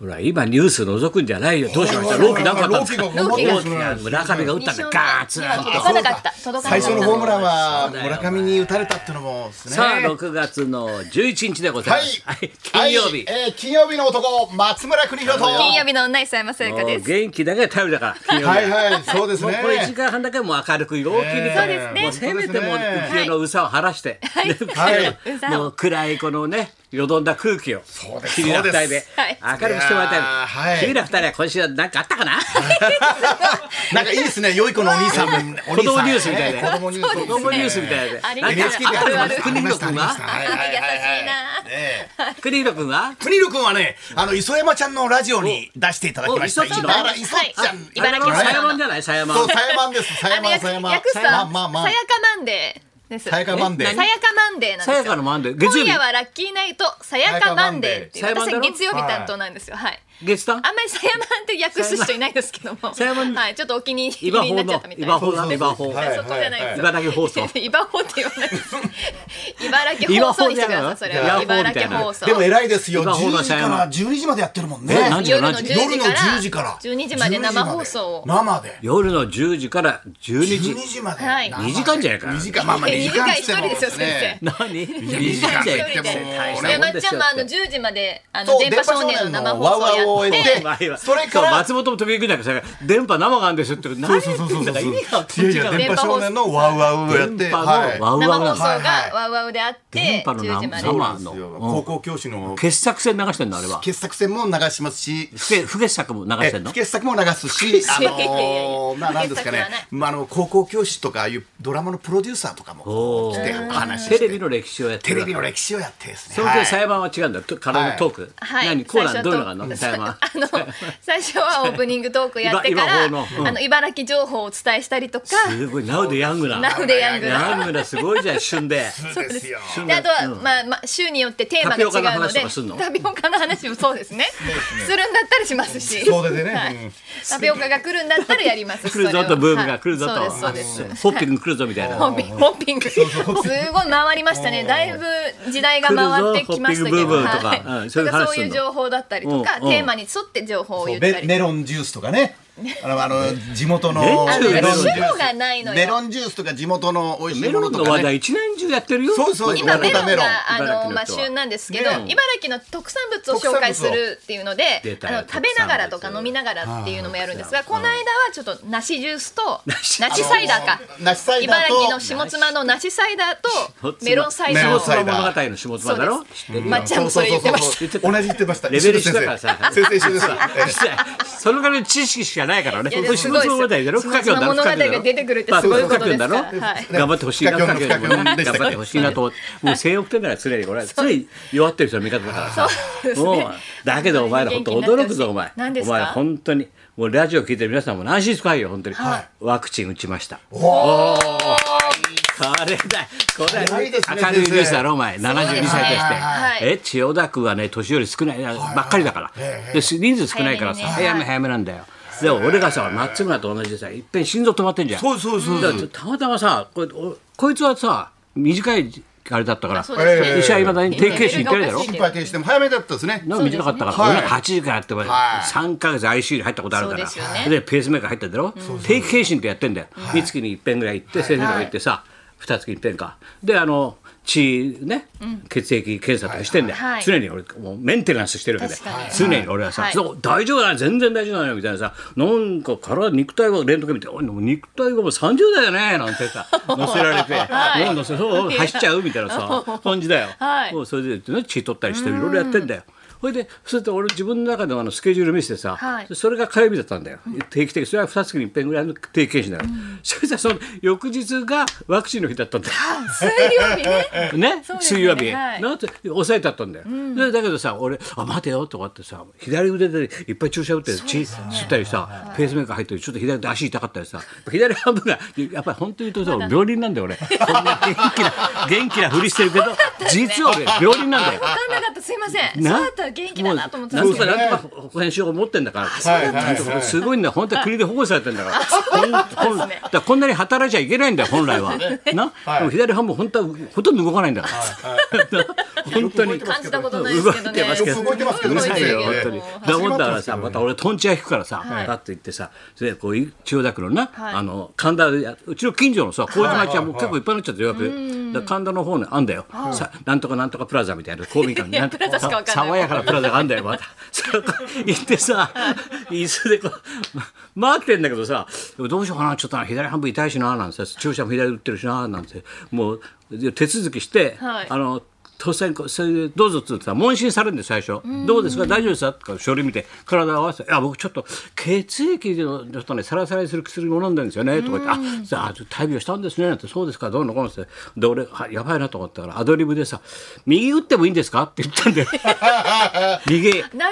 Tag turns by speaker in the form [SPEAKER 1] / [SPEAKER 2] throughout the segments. [SPEAKER 1] ほら今ニュース覗くんじゃないよどうしました
[SPEAKER 2] ほら
[SPEAKER 1] ローキなんかあったんですか
[SPEAKER 2] ローキが
[SPEAKER 1] ローキが村上が打ったんだガーッツ
[SPEAKER 3] には届かなかった。届かなか
[SPEAKER 2] 最
[SPEAKER 3] った。
[SPEAKER 2] 初のホームランは
[SPEAKER 1] そうだよ
[SPEAKER 2] 村上に打たれたっていうのもですね。
[SPEAKER 1] さあ6月の11日でございます、はい、金曜日、
[SPEAKER 2] はいえー金曜日の男松村邦洋と。
[SPEAKER 3] 金曜日の女井さやまさやか
[SPEAKER 1] も
[SPEAKER 3] で
[SPEAKER 1] う
[SPEAKER 3] す。
[SPEAKER 1] 元気だけが頼りだから金曜日は
[SPEAKER 2] はいはいそうです
[SPEAKER 1] もう
[SPEAKER 2] ね。
[SPEAKER 1] これ1時間半だけもう明るく陽気に
[SPEAKER 2] えー
[SPEAKER 3] そうですね
[SPEAKER 1] もうせめてもう
[SPEAKER 2] そうです
[SPEAKER 1] 浮
[SPEAKER 2] ね
[SPEAKER 1] 世のうさを晴らして、ね
[SPEAKER 2] はい
[SPEAKER 1] もう暗いこのねよどんだ空気を
[SPEAKER 2] です
[SPEAKER 1] 君ら二人で
[SPEAKER 3] はい
[SPEAKER 1] 明るくしてもらいたい
[SPEAKER 2] いやーはい
[SPEAKER 1] 君ら二人は今週は何かあったかな
[SPEAKER 2] なんかいいですね。良い子のお兄さん、お兄さん
[SPEAKER 1] 子供ニュースみたいな
[SPEAKER 2] 子供ニュース。
[SPEAKER 1] 子供ニュースみたいで
[SPEAKER 3] ありがとう
[SPEAKER 1] 何
[SPEAKER 2] NHK で
[SPEAKER 1] か
[SPEAKER 2] あ
[SPEAKER 1] あっ
[SPEAKER 2] り
[SPEAKER 1] た
[SPEAKER 2] ま
[SPEAKER 1] かな
[SPEAKER 2] した。あり
[SPEAKER 1] 国
[SPEAKER 2] ま
[SPEAKER 1] 野
[SPEAKER 2] した。あ
[SPEAKER 1] 君
[SPEAKER 2] りま
[SPEAKER 1] は
[SPEAKER 2] したはいはいはいはい。ええ
[SPEAKER 1] 国野君は
[SPEAKER 2] プニル君はね、あの磯山ちゃんのラジオに出していただきました。
[SPEAKER 1] お磯っちの
[SPEAKER 2] 茨磯っちゃん。
[SPEAKER 3] 茨城の
[SPEAKER 1] さやまんじゃないさやまん
[SPEAKER 2] そう、さやまんです。さやまん、さやまん。
[SPEAKER 3] 略すと、さやか
[SPEAKER 2] まあまあまあ。
[SPEAKER 3] マンデーです。
[SPEAKER 2] さやかマンデー
[SPEAKER 3] えさやかマンデーなんです
[SPEAKER 1] さ
[SPEAKER 3] よ。
[SPEAKER 1] やかのマンデー月
[SPEAKER 3] 今
[SPEAKER 1] 曜日
[SPEAKER 3] 夜はラッキーナイト、さやかマンデーっていう。
[SPEAKER 1] さやかマン
[SPEAKER 3] 私
[SPEAKER 1] デー
[SPEAKER 3] は月曜日担当なんですよ。はい。
[SPEAKER 1] 月さん
[SPEAKER 3] あんまりさやまんって訳す人いないですけども。
[SPEAKER 1] さやまん
[SPEAKER 3] はい、ちょっとお気に入
[SPEAKER 1] 今
[SPEAKER 3] りに
[SPEAKER 1] 法
[SPEAKER 3] なっちゃ
[SPEAKER 1] の
[SPEAKER 3] ったみたい
[SPEAKER 1] 今
[SPEAKER 3] な。
[SPEAKER 1] 法
[SPEAKER 2] そう
[SPEAKER 1] の
[SPEAKER 2] そう
[SPEAKER 1] 今
[SPEAKER 2] そう
[SPEAKER 1] 法
[SPEAKER 2] はい
[SPEAKER 3] そこじゃないです。
[SPEAKER 1] 茨城放送
[SPEAKER 3] 茨法って言わないです。茨城放送にしてください。それは
[SPEAKER 1] 岩法み
[SPEAKER 3] 茨
[SPEAKER 1] たい
[SPEAKER 3] 城
[SPEAKER 1] な
[SPEAKER 3] 放送。
[SPEAKER 2] でも偉いですよ。
[SPEAKER 1] 今ほど
[SPEAKER 2] 10時
[SPEAKER 1] さや
[SPEAKER 2] か
[SPEAKER 1] ま
[SPEAKER 2] ら12時までやってるもんね。
[SPEAKER 1] え何時
[SPEAKER 3] 夜の10
[SPEAKER 1] 何
[SPEAKER 3] 時
[SPEAKER 1] 時
[SPEAKER 2] 夜の
[SPEAKER 3] から
[SPEAKER 2] 10時から
[SPEAKER 3] 12時まで生放送を。
[SPEAKER 2] 生で
[SPEAKER 1] 夜の10時から12
[SPEAKER 2] 12
[SPEAKER 1] 時
[SPEAKER 2] 時まで
[SPEAKER 3] はい
[SPEAKER 2] 生で
[SPEAKER 1] 二時間じゃないか
[SPEAKER 2] 二時間まあまあ
[SPEAKER 3] え
[SPEAKER 2] 2時間
[SPEAKER 3] 二
[SPEAKER 2] っ
[SPEAKER 3] 時
[SPEAKER 2] つって
[SPEAKER 3] 間
[SPEAKER 2] も
[SPEAKER 3] 一人ですよ先
[SPEAKER 2] ね
[SPEAKER 1] 何
[SPEAKER 2] 二時間と
[SPEAKER 3] 一人
[SPEAKER 2] 言って
[SPEAKER 3] で。
[SPEAKER 2] も
[SPEAKER 1] 大した
[SPEAKER 3] で、
[SPEAKER 1] も
[SPEAKER 3] ま
[SPEAKER 1] んで
[SPEAKER 3] っ
[SPEAKER 1] す
[SPEAKER 3] ち
[SPEAKER 1] よ
[SPEAKER 3] ゃんもあの10時まで、あの、
[SPEAKER 2] そう
[SPEAKER 3] 電波少年の生放送をやっ
[SPEAKER 2] 電波少年のワウワウを終え
[SPEAKER 3] て
[SPEAKER 2] て、
[SPEAKER 1] 前は
[SPEAKER 2] それ
[SPEAKER 1] そ
[SPEAKER 2] か
[SPEAKER 1] う
[SPEAKER 2] ら
[SPEAKER 1] 松本時行くんだけどさ電波生があるんですよって何言ってんだか意味が
[SPEAKER 2] いやいや
[SPEAKER 1] 違う
[SPEAKER 2] 電波少年のワウワウをやって
[SPEAKER 1] 電波のワウ
[SPEAKER 3] 生
[SPEAKER 1] ワウな
[SPEAKER 3] 放送
[SPEAKER 1] の
[SPEAKER 2] はいは
[SPEAKER 3] が
[SPEAKER 2] い
[SPEAKER 3] ワウワウであって
[SPEAKER 1] 電、波の
[SPEAKER 3] 10時
[SPEAKER 1] 生。
[SPEAKER 3] まで
[SPEAKER 2] はいそうなんですよ高校教師の
[SPEAKER 1] 傑作戦流してんのあれは
[SPEAKER 2] 傑作選も流しますし
[SPEAKER 1] 不け不傑作も流
[SPEAKER 2] え
[SPEAKER 1] してんの
[SPEAKER 2] 不傑作も流 すし、あ
[SPEAKER 3] いやいやい
[SPEAKER 2] のー、
[SPEAKER 3] や
[SPEAKER 2] まあ、なんですか
[SPEAKER 3] 不
[SPEAKER 2] ね
[SPEAKER 3] 傑作はない、
[SPEAKER 2] まあ、あの、高校教師とか、ああいうドラマのプロデューサーとかも
[SPEAKER 1] おー
[SPEAKER 2] 来て、話して
[SPEAKER 1] テレビの歴史をやって
[SPEAKER 2] テ
[SPEAKER 1] る
[SPEAKER 2] レビの歴史をやってです
[SPEAKER 1] そ
[SPEAKER 2] ね。
[SPEAKER 1] の
[SPEAKER 2] は
[SPEAKER 1] 時
[SPEAKER 2] い
[SPEAKER 1] 裁判は違うんだよと体のトーク
[SPEAKER 3] はい
[SPEAKER 1] 何コーナーど
[SPEAKER 3] 最初は
[SPEAKER 1] ういうのがあるの裁判
[SPEAKER 3] あの最初はオープニングトークやってか
[SPEAKER 1] 今
[SPEAKER 3] ら、
[SPEAKER 1] 今放のうん
[SPEAKER 3] あの茨城情報をお伝えしたりとか、
[SPEAKER 1] すごいナウでヤングな
[SPEAKER 3] ナウでヤングな。
[SPEAKER 1] ヤングなすごいじゃん旬で
[SPEAKER 2] そうですよ。
[SPEAKER 3] であとは、まあまあ、週によってテーマが違
[SPEAKER 1] タピオカ
[SPEAKER 3] う
[SPEAKER 1] の
[SPEAKER 3] の
[SPEAKER 1] 話と
[SPEAKER 3] で
[SPEAKER 1] かすんの
[SPEAKER 3] タピオカの話もそうですねするんだったりしますし
[SPEAKER 2] そうでね
[SPEAKER 3] はい
[SPEAKER 2] うん
[SPEAKER 3] タピオカが来るんだったらやりま す
[SPEAKER 1] 来るぞとブームが来るぞと
[SPEAKER 3] はいそうですそうです
[SPEAKER 1] ホッピング来るぞみたいな
[SPEAKER 3] ホッピングホッピングすごい回りましたねだいぶ時代が回ってきましたけ
[SPEAKER 1] 来るぞホッピングブ
[SPEAKER 3] ど
[SPEAKER 1] ームとか
[SPEAKER 3] は
[SPEAKER 1] うん
[SPEAKER 3] い
[SPEAKER 1] そういう
[SPEAKER 3] だから
[SPEAKER 1] 話
[SPEAKER 3] そう
[SPEAKER 1] すんの
[SPEAKER 3] いう情報だったりとか
[SPEAKER 1] うんうん
[SPEAKER 3] テーマに沿って情報を言った
[SPEAKER 2] メ
[SPEAKER 3] り
[SPEAKER 2] メロンジュースとか ね。あの、あの地元の。
[SPEAKER 1] 年中
[SPEAKER 2] メロンジュース
[SPEAKER 3] メロンがないのよ
[SPEAKER 2] メロンジュースとか、地元の美味し
[SPEAKER 1] メ
[SPEAKER 2] い
[SPEAKER 1] ロ
[SPEAKER 2] もの
[SPEAKER 1] ン
[SPEAKER 2] と
[SPEAKER 1] の
[SPEAKER 2] か
[SPEAKER 1] 話
[SPEAKER 2] ね。
[SPEAKER 1] 題一年中やってるよ
[SPEAKER 2] そうそう
[SPEAKER 3] 今メロン
[SPEAKER 2] メロン
[SPEAKER 3] が
[SPEAKER 1] 茨
[SPEAKER 3] あ
[SPEAKER 1] 城
[SPEAKER 3] の、ま
[SPEAKER 1] の
[SPEAKER 3] あ、
[SPEAKER 1] 人は
[SPEAKER 3] 旬なんですけど、
[SPEAKER 2] ね
[SPEAKER 3] 茨城の特産物を紹介するっていうので
[SPEAKER 1] 特産物
[SPEAKER 3] あの
[SPEAKER 1] 出たよ
[SPEAKER 3] 食べながらと
[SPEAKER 1] 特産
[SPEAKER 3] か
[SPEAKER 1] 物
[SPEAKER 3] 飲みながらっていうのもやるんですがこの間はちょっと梨ジュースと
[SPEAKER 1] 梨
[SPEAKER 3] 梨サイダーか
[SPEAKER 2] あの梨サイダー
[SPEAKER 3] 茨
[SPEAKER 2] と
[SPEAKER 3] 城の下妻の梨サイダーとメロンサイダー
[SPEAKER 2] メ
[SPEAKER 3] を
[SPEAKER 2] ロ
[SPEAKER 1] 下
[SPEAKER 2] ンサ
[SPEAKER 1] 妻
[SPEAKER 2] イダー
[SPEAKER 1] 物語の下妻だろ知ってる
[SPEAKER 3] まっちゃんもそれ言ってました
[SPEAKER 2] そうそうそう同じ言ってました。
[SPEAKER 1] レベル一
[SPEAKER 2] 先
[SPEAKER 1] だ
[SPEAKER 2] 生
[SPEAKER 1] からさ
[SPEAKER 2] 先生一緒でした。ええ
[SPEAKER 1] そのぐらいの知識しかないからね。
[SPEAKER 3] いやでも
[SPEAKER 1] 下
[SPEAKER 3] すごいです
[SPEAKER 1] 妻物語だろ。深
[SPEAKER 3] 下妻
[SPEAKER 1] きだろ。
[SPEAKER 3] 物語が出てくるってすごいことですから
[SPEAKER 1] まあ深きだろ
[SPEAKER 3] はい
[SPEAKER 1] 頑張ってほしいな。
[SPEAKER 2] 深き
[SPEAKER 1] 深きもね
[SPEAKER 2] 深きでし
[SPEAKER 1] 頑
[SPEAKER 2] た
[SPEAKER 1] 張
[SPEAKER 2] っけ
[SPEAKER 1] ってほしいなと思って。もう千億点だから常にこれ常に弱ってる人の味方だからさ。
[SPEAKER 3] そうですね
[SPEAKER 1] もうだけどお前ら本当驚くぞお前。
[SPEAKER 3] 何です
[SPEAKER 1] お
[SPEAKER 3] か
[SPEAKER 1] 前ら本当にもうラジオ聞いてる皆さんも安心してくださいよ本当に。ワクチン打ちました。おお。これだ。これ
[SPEAKER 2] 早いですね
[SPEAKER 1] 明るいニュースだろお前。72歳として
[SPEAKER 2] はいはい
[SPEAKER 3] は。い
[SPEAKER 1] え千代田区はね年寄り少ないばっかりだから、で人数少ないからさ
[SPEAKER 3] 早
[SPEAKER 1] 早め
[SPEAKER 3] めにね
[SPEAKER 1] 早めなんだよ、でも俺がさ松村と同じでさいっぺん心臓止まってんじゃん
[SPEAKER 2] そうそうそう
[SPEAKER 1] だからたまたまさこれおこいつはさ短いあれだったから
[SPEAKER 3] そうですね
[SPEAKER 2] ええ
[SPEAKER 1] 医者いまだに定型視行ってるだろ
[SPEAKER 3] いやい
[SPEAKER 2] 心
[SPEAKER 3] や
[SPEAKER 2] 配停止でも早めだったですね。
[SPEAKER 1] なんか短かったから、
[SPEAKER 2] はい
[SPEAKER 1] 俺なんか8時からやって、
[SPEAKER 2] はい
[SPEAKER 1] 3か月 ICU に入ったことあるから、
[SPEAKER 3] そうですよね
[SPEAKER 1] でペースメーカー入ったんだろ、定期検診ってやってんだよ、三月に一遍ぐらい行って、先生とか行ってさ、二月に一遍か、で、あの血ね、血液検査とかしてんだよ、
[SPEAKER 3] はいはい
[SPEAKER 1] 常に俺、もうメンテナンスしてるわけで
[SPEAKER 3] 確かに、
[SPEAKER 1] 常に俺はさ、
[SPEAKER 3] はい
[SPEAKER 1] そう大丈夫だね、全然大丈夫だよみたいなさ、なんか体、肉体はレントゲン見て、おい、でも肉体がもう30だよねなんてさ、乗せられて、
[SPEAKER 3] はい
[SPEAKER 1] もう乗せそう走っちゃうみたいな さ、感じだよ。
[SPEAKER 3] はい
[SPEAKER 1] もうそれで、ね、血取ったりしていろいろやってんだよ。それでそうすると俺自分の中のあのスケジュール見せてさ、
[SPEAKER 3] はい
[SPEAKER 1] それが火曜日だったんだよ定期的それは2月に1遍ぐらいの定期検診だから、それじゃその翌日がワクチンの日だったんだよ。
[SPEAKER 3] 水曜日ね
[SPEAKER 1] ね
[SPEAKER 3] そうですね
[SPEAKER 1] 水曜日、
[SPEAKER 3] はい
[SPEAKER 1] なんて抑えてあったんだよ、でだけどさ俺「あ待てよ」とかってさ左腕でいっぱい注射打って血吸ったりさ、ペースメーカー入ってちょっと左手足痛かったりさ左半分がやっぱり本当に言うとさ病人なんだよ俺こんな元気な元気なふりしてるけど実は俺病人なんだよ。
[SPEAKER 3] 分かんなかったすいませんそう
[SPEAKER 1] な
[SPEAKER 3] だったんだ元気だなと思ってた
[SPEAKER 1] なんん
[SPEAKER 3] で
[SPEAKER 1] と
[SPEAKER 3] すけ
[SPEAKER 1] か
[SPEAKER 3] ど
[SPEAKER 1] なんとか保険証を持ってんだから、
[SPEAKER 2] はいはい
[SPEAKER 1] なんとかすごいんだよ、本当は国で保護されてんだから、ほんほん
[SPEAKER 3] そう
[SPEAKER 1] だ
[SPEAKER 3] ですね
[SPEAKER 1] からこんなに働いちゃいけないんだよ、本来は。な、
[SPEAKER 2] はい
[SPEAKER 1] でも左半分、本当はほとんど動かないんだから、本当に。
[SPEAKER 3] 感じたことないですけどね
[SPEAKER 2] 動いてますけ
[SPEAKER 1] う
[SPEAKER 2] どね
[SPEAKER 1] るさいよ、
[SPEAKER 2] 動い
[SPEAKER 1] 本
[SPEAKER 2] てる
[SPEAKER 1] 当
[SPEAKER 2] け
[SPEAKER 1] に
[SPEAKER 2] ど。
[SPEAKER 1] だもんだからさ、また俺、とんち屋引くからさ、パッと行ってさ、それでこう、千代田区のな、
[SPEAKER 3] はい
[SPEAKER 1] あの、神田で、うちの近所のさ、麹町はもう結構いっぱいになっちゃって、予約で。だから神田の方にあんだよ。さなんとかなんとかプラザみたいな、公民館なんと
[SPEAKER 3] プラザしかわかんない
[SPEAKER 1] 爽やかなプラザがあんだよ、また。 そこ行ってさ、椅子でこう、ま待ってんだけどさ、でもどうしようかな、ちょっとな左半分痛いしな、なんてさ、注射も左打ってるしな、なんて、もう、で手続きして、
[SPEAKER 3] はい
[SPEAKER 1] あの突然こうそれでどうぞっつってさ問診されるんで最初「どうですか大丈夫ですか?」とか書類見て体を合わせて「あ僕ちょっと血液のちょっとねサラサラにする薬を飲んでるんですよね」とか言って「あさあ大病したんですね」なんて「そうですかどうのこうの」ってで俺はやばいなと思ったからアドリブでさ「右打ってもいいんですか?」って言ったん だよ右
[SPEAKER 3] なるほどな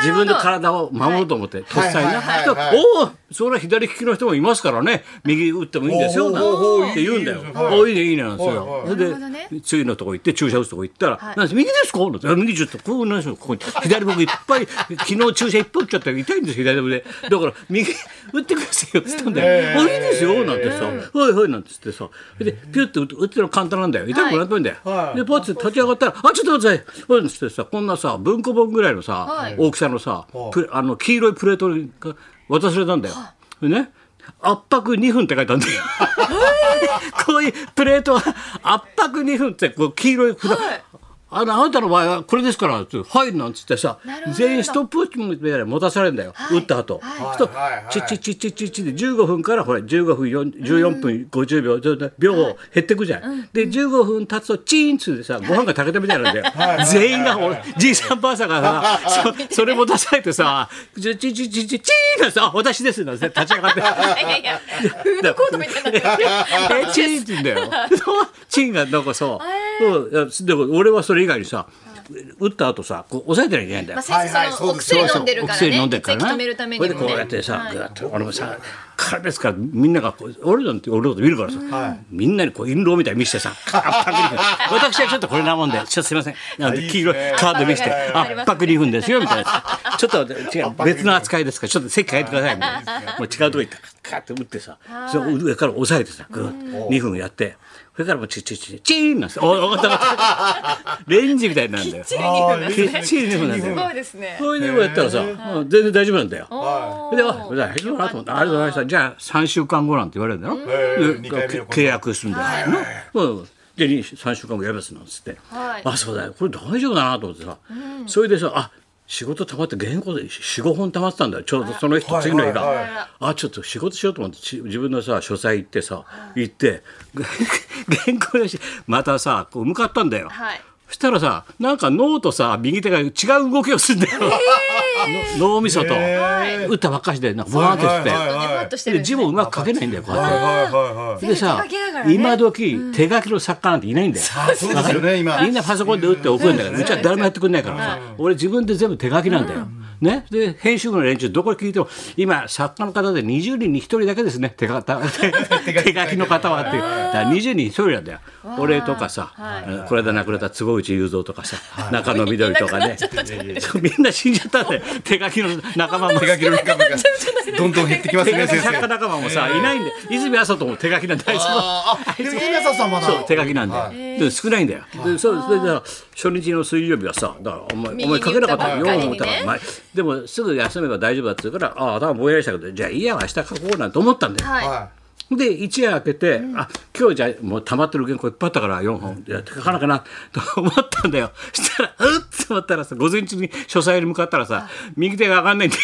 [SPEAKER 1] 自
[SPEAKER 3] るほど
[SPEAKER 1] 分の体を守ろうと思って、とっさにな、
[SPEAKER 2] はいはいはいはい
[SPEAKER 1] おおそれは左利きの人もいますからね右打ってもいいんですよ
[SPEAKER 2] おー
[SPEAKER 1] なん
[SPEAKER 2] おー
[SPEAKER 1] て言うんだよ
[SPEAKER 2] いいですね
[SPEAKER 1] おいいねいいねなんですよ、
[SPEAKER 2] はいはい
[SPEAKER 1] そ
[SPEAKER 3] なるほどね
[SPEAKER 1] れで次のとこ行って注射打つとこ行ったら「
[SPEAKER 3] い
[SPEAKER 1] なんです右ですか?」なんてあ右ちょっとこうなんですよここに左僕いっぱい昨日注射いっぱい打っちゃったら痛いんですよ左僕でだから右打ってくださいよ」っつったんだよ「あいいですよ」なんてさ「はいはい」なんつってさでピュッて打つ打つの簡単なんだよ痛くなってんだよ、
[SPEAKER 2] はい
[SPEAKER 1] でパッて立ち上がったら「あちょっと待ってください」うんっつってさこんなさ文庫本ぐらいのさ、
[SPEAKER 3] はい
[SPEAKER 1] 大きさのさ、プレあの黄色いプレートが渡されたんだよ。でね圧迫2分って書いてあるんだよ。 こういうプレートは圧迫2分ってこう黄色い札、あのあなたの場合はこれですからってはいなんつってさ
[SPEAKER 3] なるほど
[SPEAKER 1] 全員ストップウォッチみたいなの持たされるんだよ、打った後、そうすると
[SPEAKER 2] はいはいはい
[SPEAKER 1] チッチッチッチッチッチッで15分からほら15分4 14分50秒ずっと秒減ってくじゃん、で15分経つとチーンっつってさご飯が炊けたみたい なんだよ、全員がほらじいさんばあさんが さそそれ持たされてさチッチッチッチッチッチーンなんてさ あ私ですなんて立ち上 がって。
[SPEAKER 3] いやいやフードコートみたいになってる
[SPEAKER 1] えチンって言うんだ よ。チンがなんかさ、うんいやでも俺はそれ以外にさ、打った後さ、こう抑えてなきゃいけないんだよ
[SPEAKER 3] まあ。先
[SPEAKER 2] は
[SPEAKER 3] 生
[SPEAKER 2] いはい
[SPEAKER 3] その
[SPEAKER 2] そう
[SPEAKER 3] お
[SPEAKER 2] です
[SPEAKER 3] 薬飲んでる
[SPEAKER 1] お
[SPEAKER 3] から
[SPEAKER 1] 薬
[SPEAKER 3] ね
[SPEAKER 1] 飲んでるから
[SPEAKER 3] 血
[SPEAKER 1] な
[SPEAKER 3] 液止めるため
[SPEAKER 1] こ
[SPEAKER 3] に
[SPEAKER 1] れ
[SPEAKER 3] も
[SPEAKER 1] で
[SPEAKER 3] ね
[SPEAKER 1] こうやってさ、
[SPEAKER 3] はい
[SPEAKER 1] ぐわっと俺もさからですからみんながこう俺なんて俺のこと見るからさ、みんなにこう印籠みたいに見せて さ圧迫に私はちょっとこれなもんでちょっとすいませんなんて黄色いカード見せて
[SPEAKER 3] いいですね
[SPEAKER 1] 圧迫2分ですよみたいなちょっと違う別の扱いですからちょっと席変えてくださいみたいなもう違うとこ行ってカーッて打ってさその上から押さえてさグーッ2分やってそれからもうチッチッチッチーンなんですよお分かった分か ったレンジみたいになるんだよ。
[SPEAKER 2] あーいい
[SPEAKER 1] き
[SPEAKER 2] で
[SPEAKER 1] っ
[SPEAKER 2] すね
[SPEAKER 1] ちり2分なんだ
[SPEAKER 3] す
[SPEAKER 1] よ。
[SPEAKER 3] ごいですね
[SPEAKER 1] それでもやったらさ、うん全然大丈夫なんだよ。
[SPEAKER 3] おー
[SPEAKER 1] で、あ、大丈夫だなと思って、ありがとうございました。じゃあ、3週間後なんて言われるんだよ。
[SPEAKER 2] ー
[SPEAKER 1] で
[SPEAKER 2] 二回目の
[SPEAKER 1] 契約するんだよ。なうん。で、に3週間後やりますなんつって
[SPEAKER 3] はい。
[SPEAKER 1] あ、そうだよ。これ大丈夫だなと思ってさ。それでさ、あ、仕事溜まって原稿で45本溜まってたんだよちょうどその日と次の日
[SPEAKER 2] はいはい
[SPEAKER 1] があちょっと仕事しようと思ってち自分のさ書斎行ってさ行って 原稿でしまたさこう向かったんだよ、
[SPEAKER 3] はい
[SPEAKER 1] そしたらさなんか脳とさ右手が違う動きをするんだよ、 の脳みそと、打ったばっかしでなんかボワーンってして、
[SPEAKER 2] はいはい
[SPEAKER 3] ふわっとしてる
[SPEAKER 1] で
[SPEAKER 3] んです
[SPEAKER 1] 字もうまく書けないんだよこうや
[SPEAKER 2] はい
[SPEAKER 1] って。
[SPEAKER 2] はいはいはい。
[SPEAKER 1] でさ、
[SPEAKER 3] 手書きだからね
[SPEAKER 1] 今時、手書きの作家なんていないんだよ。
[SPEAKER 2] あそうですよね今
[SPEAKER 1] みんなパソコンで打って送るんだけど、うちは誰もやってくれないからさ、俺自分で全部手書きなんだよ。ね、で編集部の連中どこで聞いても今作家の方で20人に1人だけですね手書手書きの方はっていうだから20人に1人なんだよ俺とかさ、うんこれ間亡くなった坪内雄三とかさ、中野みどりとかねそうみんな死んじゃったん だよ手書きの仲間も
[SPEAKER 2] 手書きの中 身がどんどん減ってきます
[SPEAKER 1] 手書き
[SPEAKER 2] ね 先
[SPEAKER 1] 作家
[SPEAKER 2] 生。
[SPEAKER 1] 仲間もさ、いないんで泉麻とも手書きなんだあいつも
[SPEAKER 2] ああ、でも皆さんまだ。
[SPEAKER 1] そう手書きなんだよ、で少ないんだよ、でそうそれで初日の水曜日はさだからお前
[SPEAKER 3] 右
[SPEAKER 1] お前書けなかった
[SPEAKER 3] に
[SPEAKER 1] よ
[SPEAKER 3] 打ったばっかりにね
[SPEAKER 1] 思ったから、お前でもすぐ休めば大丈夫だっつうからああ頭ぼんやりしたけどじゃあいいや明日書こうなんて思ったんだよ、
[SPEAKER 3] は
[SPEAKER 2] は
[SPEAKER 1] で一夜明けて、あ今日じゃもう溜まってる原稿いっぱいあったから4本いや書かなかなと思ったんだよ そしたらうっと思ったらさ午前中に書斎に向かったらさ右手が上がんないんだ よ、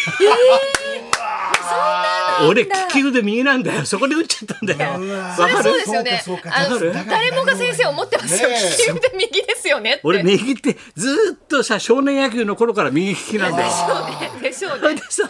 [SPEAKER 1] 俺利き腕右なんだよそこで打っちゃったんだよわ
[SPEAKER 3] いそれ
[SPEAKER 1] か
[SPEAKER 3] そう
[SPEAKER 1] る
[SPEAKER 3] ですよね
[SPEAKER 2] そうか
[SPEAKER 3] あ
[SPEAKER 1] そうか
[SPEAKER 3] の
[SPEAKER 1] わかる
[SPEAKER 3] 誰もが先生思ってますよ
[SPEAKER 2] ねえ
[SPEAKER 3] 利き腕右ですよねって
[SPEAKER 1] 俺右ってずーっとさ少年野球の頃から右利きなんだよ。
[SPEAKER 3] でしょう
[SPEAKER 1] それで
[SPEAKER 3] ね
[SPEAKER 1] さ
[SPEAKER 3] だ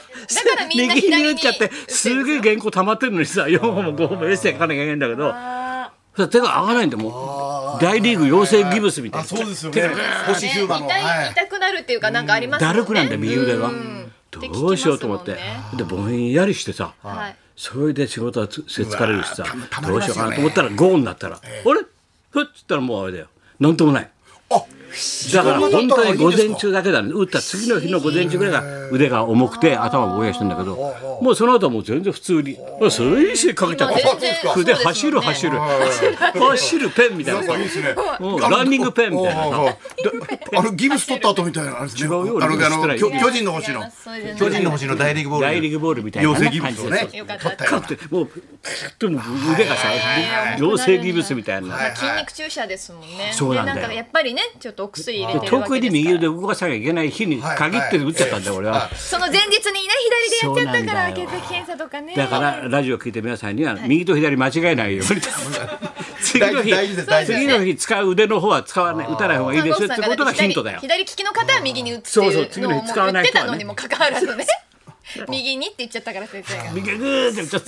[SPEAKER 3] からみんな
[SPEAKER 1] 右に
[SPEAKER 3] 左に
[SPEAKER 1] 打っちゃってすげえ原稿溜まってるのにさ4本も5本もエッセイ書かなきゃいけないんだけど
[SPEAKER 3] あ
[SPEAKER 1] そしたら手が上がらないんだよもう大リーグ養成ギブスみたい
[SPEAKER 2] あ、
[SPEAKER 1] な
[SPEAKER 2] そうですよね。
[SPEAKER 3] ー
[SPEAKER 2] 星
[SPEAKER 3] ね
[SPEAKER 2] ヒューマの。は
[SPEAKER 3] 痛い
[SPEAKER 2] い。
[SPEAKER 3] 痛くなるっていうかなんかありますも
[SPEAKER 1] だ
[SPEAKER 3] ね
[SPEAKER 1] るくなんだよ右腕が
[SPEAKER 3] ん
[SPEAKER 1] どうしようと思って
[SPEAKER 3] って聞きます
[SPEAKER 1] でぼんやりしてさ
[SPEAKER 3] はい
[SPEAKER 1] それで仕事はつせ疲れるしさ
[SPEAKER 2] うわーたま
[SPEAKER 1] どうしようかなと思ったら5になったらあれふっつったらもうあれだよなんともない
[SPEAKER 2] あ、
[SPEAKER 1] だから本当に午前中だけだね打った次の日の午前中ぐらいが腕が重くて頭もぼやしてんだけどもうその後はもう全然普通にスイスイかけちゃって
[SPEAKER 3] 今全然そう
[SPEAKER 1] 腕
[SPEAKER 3] ですもんね
[SPEAKER 1] 走る走る走るペンみたいなさ
[SPEAKER 4] いいですね。
[SPEAKER 1] もうランニングペンみたいなさ
[SPEAKER 4] あのギブス取った後みたいなのあれですね。
[SPEAKER 1] 違うよ
[SPEAKER 4] あのあ
[SPEAKER 1] リングストラ
[SPEAKER 4] の
[SPEAKER 1] イク
[SPEAKER 4] 巨巨人の星の
[SPEAKER 2] 巨人の星の大リーグボール。
[SPEAKER 1] 大リーグボールみたいな
[SPEAKER 4] 妖精ギブ
[SPEAKER 1] 感
[SPEAKER 4] ス
[SPEAKER 1] じ
[SPEAKER 4] を
[SPEAKER 1] で
[SPEAKER 4] ね
[SPEAKER 1] そう
[SPEAKER 3] よかった
[SPEAKER 4] 取った
[SPEAKER 1] か
[SPEAKER 4] よ
[SPEAKER 1] ってもうピュッともう腕がさ妖精ギブスみたいな。
[SPEAKER 3] 筋肉注射ですもんね。
[SPEAKER 1] そうなんだよ
[SPEAKER 3] でなんかやっぱりね、ちょっとお薬入れてる
[SPEAKER 1] 遠
[SPEAKER 3] わ
[SPEAKER 1] く
[SPEAKER 3] け
[SPEAKER 1] で
[SPEAKER 3] です
[SPEAKER 1] 右
[SPEAKER 3] か
[SPEAKER 1] 腕
[SPEAKER 3] ら。
[SPEAKER 1] 動かさなきゃいけない日に限って打っちゃったんだよ、俺は。
[SPEAKER 3] その前日にね、左でやっちゃったから、
[SPEAKER 1] そ
[SPEAKER 3] 血
[SPEAKER 1] うなんだよ
[SPEAKER 3] 液検査とかね。
[SPEAKER 1] だからラジオ聞いて皆さんには右と左間違えないように次の日
[SPEAKER 4] 大事大事です大
[SPEAKER 3] 事です
[SPEAKER 1] 次の日使う腕の方は使わない打たない方がいいですよ
[SPEAKER 3] ま
[SPEAKER 1] っ
[SPEAKER 3] あ
[SPEAKER 1] てことがヒントだ
[SPEAKER 3] 左
[SPEAKER 1] よ
[SPEAKER 3] 左利きの方は右に打つ
[SPEAKER 1] そうそう
[SPEAKER 3] ってい
[SPEAKER 1] 次
[SPEAKER 3] う
[SPEAKER 1] の
[SPEAKER 3] のを
[SPEAKER 1] 日
[SPEAKER 3] もう
[SPEAKER 1] 使わ
[SPEAKER 3] 言
[SPEAKER 1] な
[SPEAKER 3] っ
[SPEAKER 1] い
[SPEAKER 3] て
[SPEAKER 1] 人は
[SPEAKER 3] た
[SPEAKER 1] ね
[SPEAKER 3] のにもかかわらずね。右にって言っちゃったから先生が。
[SPEAKER 1] 右グーってちょっ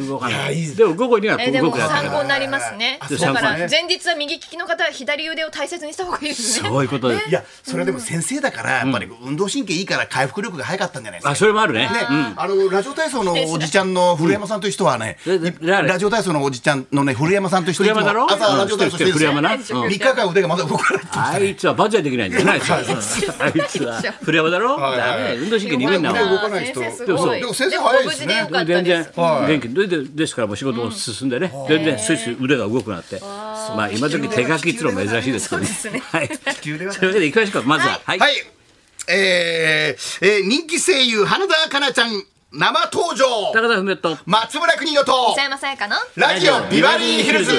[SPEAKER 1] と動かないでも午後には
[SPEAKER 3] えで
[SPEAKER 1] 動
[SPEAKER 3] も
[SPEAKER 1] くだった
[SPEAKER 3] 参
[SPEAKER 1] か
[SPEAKER 3] 考になりますね。
[SPEAKER 1] そう
[SPEAKER 3] だか
[SPEAKER 1] 参
[SPEAKER 3] ら
[SPEAKER 1] 考
[SPEAKER 3] 前日は右利きの方は左腕を大切にした方がいいです
[SPEAKER 1] ら
[SPEAKER 3] ね。
[SPEAKER 1] そういうことで
[SPEAKER 2] いや、それでも先生だから、やっぱり運動神経いいから回復力が早かったんじゃないですか
[SPEAKER 1] あ。それもあるね
[SPEAKER 2] ね、あのラジオ体操のおじちゃんの古山さんという人はね、
[SPEAKER 1] うんでで誰
[SPEAKER 2] ラジオ体操のおじちゃんのね古山さんという人
[SPEAKER 1] 古山だろ
[SPEAKER 2] いつも朝ラジオ体操してるんですよ
[SPEAKER 1] 古山なうん
[SPEAKER 2] 3日間腕がまだ動かないって
[SPEAKER 1] あいつはバズはできないんじゃないですよあいつは振れ幅だろダメ運動神経鈍いんだもん
[SPEAKER 4] 動かない人
[SPEAKER 3] 先生すごい。
[SPEAKER 4] でも先生早いですね
[SPEAKER 3] ご無事でよか
[SPEAKER 1] 全
[SPEAKER 3] ったで
[SPEAKER 1] 然
[SPEAKER 3] す。
[SPEAKER 1] 元気ででですからもう仕事も進んでね、全然スイスイ腕が動くなってまあ今時手書きっていうのも珍しいですけどねはいと
[SPEAKER 2] 球
[SPEAKER 1] いう
[SPEAKER 2] ではない
[SPEAKER 1] わけでいきましょうかまずははい、
[SPEAKER 4] はい。えーえー人気声優花田香菜ちゃん生登場。
[SPEAKER 1] 高田文夫と
[SPEAKER 4] 松村邦洋と
[SPEAKER 3] 北山さやかの。
[SPEAKER 4] ラジオビバリーヒルズ。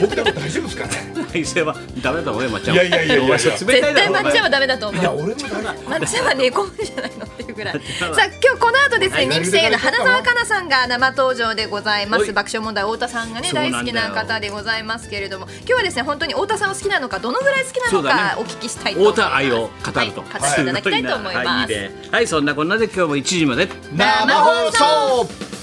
[SPEAKER 4] 僕でも大丈夫ですかね。
[SPEAKER 1] 体勢はダメだもんねまっちゃん
[SPEAKER 4] いやいやいやいや
[SPEAKER 1] お前それ冷た
[SPEAKER 3] 絶
[SPEAKER 1] いだろお
[SPEAKER 3] 対
[SPEAKER 1] 前
[SPEAKER 3] 抹茶はダメだと思う。
[SPEAKER 4] 俺も大丈夫。
[SPEAKER 3] 抹茶は寝込むんじゃないのっていうぐらい。さあ今日この後ですね、人気声優の花澤香菜さんが生登場でございま
[SPEAKER 1] は
[SPEAKER 3] す。
[SPEAKER 1] い
[SPEAKER 3] 爆笑問題太田さんがね
[SPEAKER 1] そうなん
[SPEAKER 3] 大
[SPEAKER 1] だ
[SPEAKER 3] 好
[SPEAKER 1] よ
[SPEAKER 3] きな方でございますけれども、今日はですね本当に太田さんを好きなのかどのぐらい好きな
[SPEAKER 1] そ
[SPEAKER 3] の
[SPEAKER 1] うだ
[SPEAKER 3] か
[SPEAKER 1] ね
[SPEAKER 3] お聞きしたいと思い
[SPEAKER 1] 太
[SPEAKER 3] ます。
[SPEAKER 1] 田愛を語ると、
[SPEAKER 3] はい語っていただきたいと思います
[SPEAKER 1] ごなはい、いいねはいそんなこんなで今日も1時まで
[SPEAKER 4] 生放送。